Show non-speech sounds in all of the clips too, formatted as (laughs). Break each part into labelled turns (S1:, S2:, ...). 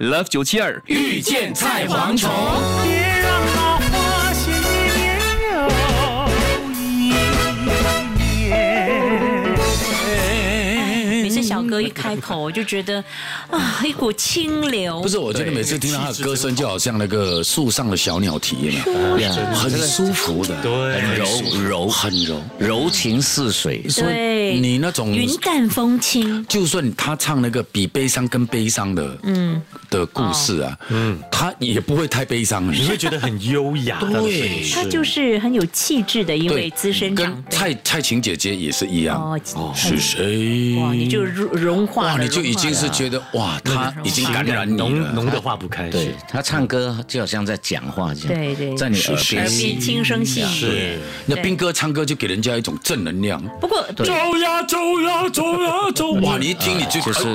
S1: Love 九七二
S2: 遇见菜蝗虫。
S3: 别让好花谢一年又一年。
S4: 每次小哥一开口，我就觉得啊，一股清流
S2: 不。是，我觉得每次听到他的歌声，就好像那个树上的小鸟啼一样，很舒服的，
S5: 很柔柔
S2: 很柔。
S5: 柔情似水，
S2: 所以你那种
S4: 云淡风轻，
S2: 就算他唱那个比悲伤更悲伤的，嗯，的故事啊，嗯，他也不会太悲伤了。
S5: 你会觉得很优雅。
S2: 对
S4: 他就是很有气质的一位
S2: 对，
S4: 资深长
S2: 跟
S4: 辈。
S2: 蔡蔡琴姐姐也是一样。
S4: 哦
S2: 是谁？
S4: 哇，你就融融化了，
S2: 哇，你就已经
S4: 融化
S2: 是
S4: 了
S2: 觉得哇，他已经感染你
S5: 浓浓
S2: 了。
S5: 的化不开。
S6: 对他唱歌就好像在讲话这样，
S4: 对对
S6: 在你耳
S4: 耳
S6: 边
S4: 边轻声细语。
S5: 是，
S2: 那斌哥唱歌就给人家一种正能量。
S4: 不过
S2: (laughs) 走呀走呀走呀走！哇，你一听你就哎
S6: 就是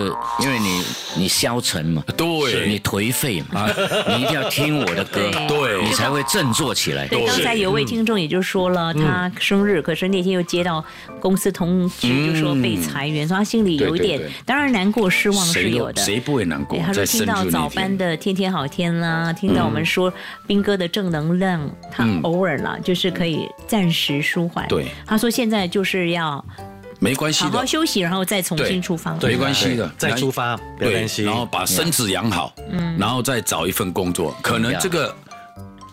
S6: 因为你你消沉嘛，
S2: 对
S6: 你颓废嘛，你一定要听我的歌，
S2: 对
S6: 你才会振作起来。
S4: 对，刚才有
S2: 嗯
S4: 位听众也就说了，他生日，可是那天又接到公司同事就说被裁员，所以他心里有一点
S2: 嗯对对对，
S4: 当然难过失望是
S2: 谁
S4: 有
S2: 都
S4: 的。
S2: 谁不会难过
S4: 对，他？
S2: 在
S4: 说
S2: 生
S4: 听到
S2: 日
S4: 早
S2: 那
S4: 班
S2: 天，嗯
S4: 的《天天好天》啦，听到我们说斌哥的正能量，他偶尔啦，就是可以暂时舒缓。
S2: 对，
S4: 他说现在就是要
S2: 没关系
S4: 好好
S2: 的，
S4: 休息，然后再重新出发。
S2: 没关系的，
S5: 再出发，不要
S2: 对，
S5: 担心。
S2: 然后把身子养好，
S4: 嗯
S2: 然后再找一份工作，可能这个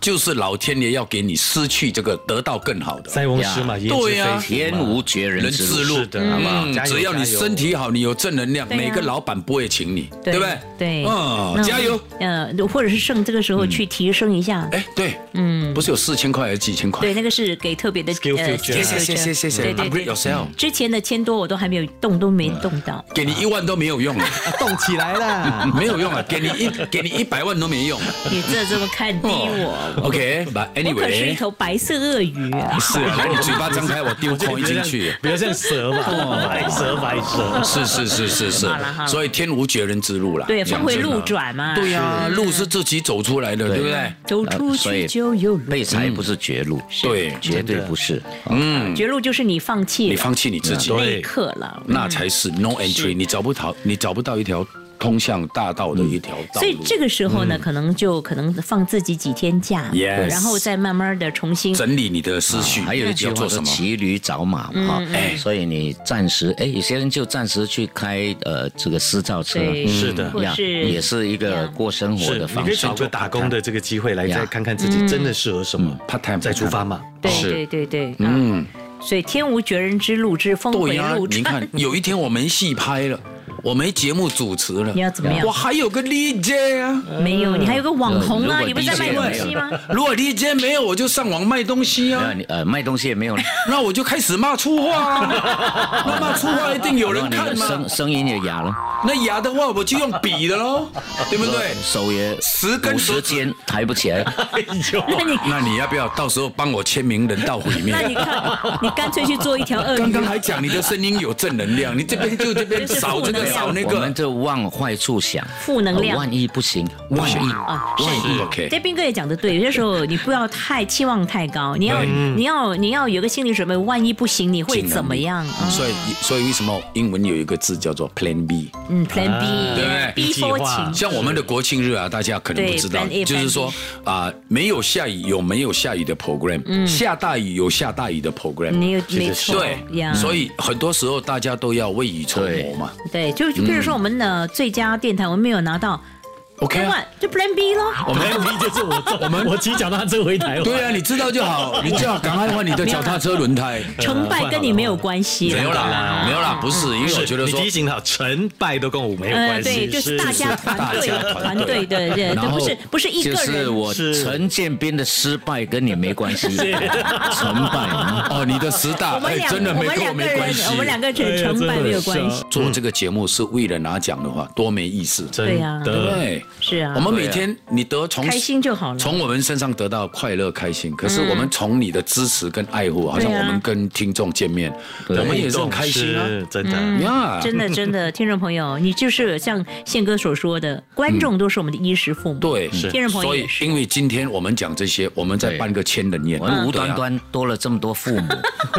S2: 就是老天爷要给你失去这个，得到更好的。
S5: 塞翁失马，焉知
S2: 对呀
S5: 非福
S6: 天
S5: 嘛
S6: 无绝人
S2: 人
S6: 之
S2: 之
S6: 路
S2: 路，嗯
S5: 是的好不好加油
S2: 只要你
S5: 加油
S2: 身体好，你有正能量，
S4: 对啊
S2: 每个老板不会请你，
S4: 对
S2: 对不对？
S4: 对
S2: 嗯，
S4: 那
S2: 加油！！嗯
S4: 呃，或者是剩这个时候去提升一下。
S2: 哎，对，嗯，不是有四千块还是几千块？
S4: 对，，那个是给特别的
S5: Skill
S4: 呃
S5: future
S4: skill
S2: 谢谢
S4: future
S2: 谢谢谢
S4: 对
S2: 谢
S4: 对
S2: ，upgrade
S4: 对，
S2: yourself，
S4: 之前的千多我都还没有动，都没动到。
S2: 给你一万都没有用啊，
S5: 动起来啦！
S2: (laughs) 没有用啊，给你一给你一百万都没用啊。
S4: 你这这么看低
S2: (laughs)
S4: 我，
S2: 哦 OK，but
S4: 我可是一
S2: anyway，
S4: 头白色鳄鱼啊！
S2: 是啊，来你嘴巴张开，我丢 coin 进
S4: (laughs)
S2: 去。哦
S5: 不要像蛇嘛，白蛇白蛇。
S2: 是是是是是
S4: 好了好，了
S2: 所以天无绝人之路啦。
S4: 对，
S2: 讲
S4: 峰回
S2: 真的
S4: 路。转啊嘛。
S2: 对呀，路是自己走出来的，对不对？
S4: 走
S6: 呃
S4: 出
S6: 所
S4: 去
S6: 以
S4: 就有路。
S6: 被裁不是绝路，
S2: 对，
S6: 绝对不是。
S2: 嗯，
S4: 绝路就是你放弃了
S2: 你放弃嗯你自己，
S4: 那一刻了。
S2: 那才是 no entry，你找不到，你找不到一条通向大道的一条道路。
S4: 所以这个时候呢，可能就可能放自己几天假，
S2: 嗯 Yes
S4: 然后再慢慢的重新。
S2: 整理你的思绪，
S6: 啊
S4: 啊
S6: 还有一句
S2: 要
S6: 话
S2: 做
S6: 说
S2: 什么？
S6: 骑驴找马
S4: 嗯
S6: 嘛哈，哎所以你暂时哎，有些人就暂时去开呃这个私造车，
S4: 对
S6: 嗯
S5: 是的
S4: 或
S6: 呀
S4: 是
S6: 也是一个过生活
S5: 是，
S6: 的
S5: 你
S6: 方
S5: 可以
S6: 式
S5: 找。个打工的这个机会来
S6: 呀
S5: 再看看自己真的适合什么
S2: 嗯 part time，
S5: 再出
S2: (laughs)
S5: 发嘛。
S4: 对
S2: 是
S4: 对对对，嗯。所以天无绝人之路之峰
S2: 对
S4: 回
S2: 呀、
S4: 路
S2: 你
S4: 转 (laughs)
S2: 看。有一天我没戏拍了，我没节目主持了，
S4: 你要怎么样
S2: 我还有个 DJ 啊。
S4: 没有，你还有个网红啊，
S6: 呃
S4: 你
S6: 如
S4: 不
S6: 果
S4: 是在卖
S6: 理解
S4: 东西吗？
S2: (laughs) 如果 DJ 没有，我就上网卖东西
S6: 那
S2: 啊，
S6: 你呃卖东西也没有，
S2: 那我就开始骂粗话 (laughs) 啊。那骂粗话一定有人
S6: 那
S2: 看
S6: 你
S2: 吗
S6: 声？声音也哑了，
S2: 那哑的话，我就用比的喽，对不对？
S6: 手也
S2: 十根
S6: 五
S2: 手
S6: 十
S2: 指
S6: 肩抬不起来。
S5: 哎呦，
S4: 那你
S2: 那你要不要到时候帮我签名人道啊毁
S4: 那你
S2: 灭？
S4: 看，你干脆去做一条鳄
S2: 刚
S4: 鱼
S2: 刚。还讲你的声音有正能 (laughs) 量，你这边就这边
S4: 就是
S2: 少这
S4: 负
S2: 个
S4: 能量
S2: 少那
S6: 我们
S2: 个，
S6: 就往坏处想，
S4: 负能量
S6: 呃万一不行，万一
S2: 哎
S4: 啊
S6: 万一
S2: OK
S4: 这斌哥也讲的
S2: (laughs)
S4: 对，有些时候你不要太期望太高，你要
S5: 嗯
S4: 你要你要有个心理准备，万一不行你会怎么样？啊？
S2: 所以所以为什么英文有一个字叫做 Plan B？
S4: 嗯
S2: 对
S4: ，Plan
S2: 啊不对
S4: B，B
S5: 计划
S4: for 情，
S2: 像我们的国庆日啊，大家可能不知道
S4: 对，，Plan A，
S2: 就是说
S4: Plan
S2: 啊、没有下雨有没有下雨的 program，、下大雨有下大雨的 program，
S4: 你有嗯没错
S2: 对，
S4: 呀？
S2: 所以很多时候大家都要未雨绸缪嘛。
S4: 对，就就比如说我们的最佳电台，我们没有拿到
S2: 嗯 OK
S4: 那
S2: 啊
S4: 么就 Plan B 咯。
S5: 我们理解是
S2: (laughs)
S5: 哎我我们我骑脚踏车回台湾。
S2: 对啊，你知道就好，你就要赶快换你的脚踏车轮胎。
S4: 成败跟你没有关系
S2: (laughs) 没有
S4: 了。
S2: 啦，没有啦，不是，因为我觉得
S5: 你
S2: 说
S5: 提醒好，成败都跟我没有
S4: 呃，
S5: 关系。
S4: 对，就是大家团队
S2: 大家团
S4: 团队的人，
S6: 然
S4: 对
S6: 后
S4: 不是不是一
S6: 就
S4: 个
S6: 是
S4: 人。
S6: 我
S5: 是
S6: 陈建斌的失败跟你没关系， (laughs) 成败嘛
S2: 哦，你的十大
S4: 我们
S2: 哎，
S4: 两
S2: 真的
S4: 我
S2: 没
S4: 们
S2: 跟我
S4: 两个
S2: 没关
S4: 人
S2: 系，。
S4: 我们两个
S5: 哎
S4: 人
S5: 呀
S4: 成败没有
S5: 真的
S4: 关
S5: 很
S4: 系
S5: 像。
S2: 做这个节目是为了拿奖的话，多没意思。
S4: 对
S5: 真
S4: 呀
S5: 的，
S2: 嗯对，
S4: 是啊
S2: 我们每天你得从
S4: 开心就好了嗯
S2: 从我们身上得到快乐、开心。可是我们从你的支持跟爱护，好像
S4: 对啊
S2: 我们跟听众见面，
S6: 啊
S2: 啊我们也是很开心啊。
S5: 是，真
S4: 嗯
S6: 嗯
S5: 的。
S2: 呀，
S4: 真的，真的，听众朋友，你就是像宪哥所说的，观众都是我们的衣食父母。
S2: 对，
S4: 听众朋友
S2: 所以
S4: 也是。
S2: 因为今天我们讲这些，我们在
S6: 对
S2: 办个千人宴，
S6: 我们无
S2: 对啊
S6: 端。端多了这么多父母，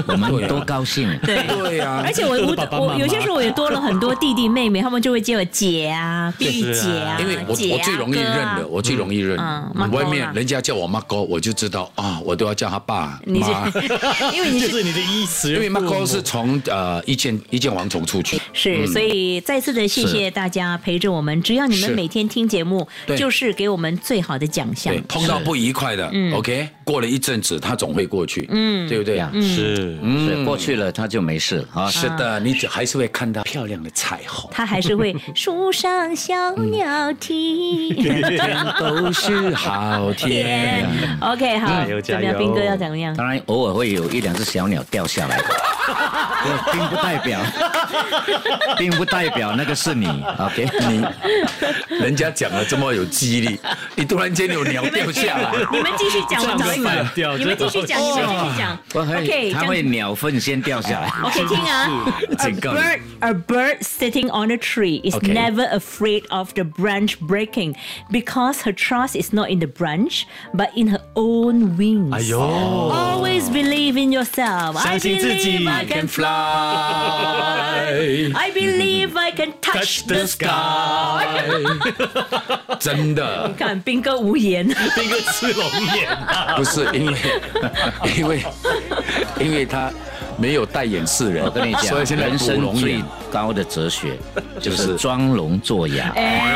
S6: 我们多高兴。
S5: (laughs)
S4: 对
S2: 对啊
S4: 而且我
S5: 爸爸
S4: 我
S5: 妈
S4: 我
S5: 妈
S4: 有些时候我也多了很多弟弟妹妹，他们就会叫我姐啊、弟姐啊、
S2: (laughs) 因为我
S4: 姐啊
S2: 我最容易认
S4: 哥啊
S2: 的，我最容易认
S4: 嗯妈。哥
S2: 外
S4: 啦
S2: 面人家叫我妈哥，我就知道啊，我都要叫他爸
S4: 你是 (laughs)
S2: 妈，
S4: 因为
S2: (laughs)
S4: 你
S5: 就是是你的意思。
S2: 嗯因为妈哥是从呃一件一件王虫出去。
S4: 是，所以再次的谢谢大家陪着我们。只要你们
S2: 是
S4: 每天听节目，
S2: 对
S4: 就是给我们最好的奖项
S2: 对，。碰到不愉快的，OK，过
S4: 嗯
S2: 了一阵子，他总会过去，嗯，对不对？
S6: 呀
S5: 是
S2: 嗯
S6: 所以过去了他就没事了啊。
S2: 是的，你还是会看到漂亮的彩虹。
S4: 他还是会 (laughs) 树上小鸟
S2: 嗯
S4: 啼。
S2: (laughs) 都是好天
S4: (laughs) 天
S2: 呀。
S4: OK，好
S5: 加，油
S4: 怎么
S5: 哎加
S4: 样，
S5: 油
S4: 斌哥要怎么样？
S6: 当然偶尔会有一两只小鸟掉下来，我并不代表，并不代表那个是你，OK？你
S2: 人家讲的这么有记忆力，你突然间有鸟掉下
S4: (laughs)
S2: 来，
S4: 你们继续讲，我找一
S5: 这样子
S4: 个。
S5: 掉
S4: 你们继续讲，你们继续讲。
S6: 我会
S4: OK，
S6: 它
S4: 这
S6: 会
S4: 样。
S6: 鸟粪先掉下来。
S4: OK，听啊，A
S2: 警告你
S4: bird, a bird sitting on a tree is
S2: Okay.
S4: never afraid of the branch breaking because her trust is not in the branch but in her own wings.
S5: 哎
S4: 哦
S5: 呦，
S4: Always believe in yourself. I
S5: 相信自己
S4: believe I
S5: I
S4: can fly. I believe I can touch the
S5: (laughs)
S4: sky.
S2: 真的
S4: 看斌哥无言，
S5: 那个吃龙眼啊，
S2: 不是因为，因为，因为他没有戴眼识人，
S6: 我跟你讲，
S2: 所以现在
S6: 人
S2: 捕
S6: 生
S2: 龙
S6: 最
S2: 眼
S6: 高的哲学就
S2: 就是
S6: 是装聋作哑。
S4: 哎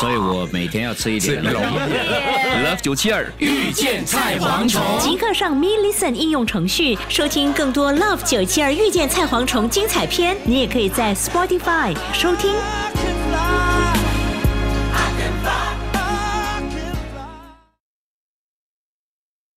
S6: 所以我每天要吃一
S2: 是
S6: 点龙
S2: 龙
S6: 眼。
S2: 眼。Love 九七二遇见菜蝗虫，
S4: 即刻上 Me Listen 应用程序收听更多 Love 九七二遇见菜蝗虫精彩片。你也可以在 Spotify 收听。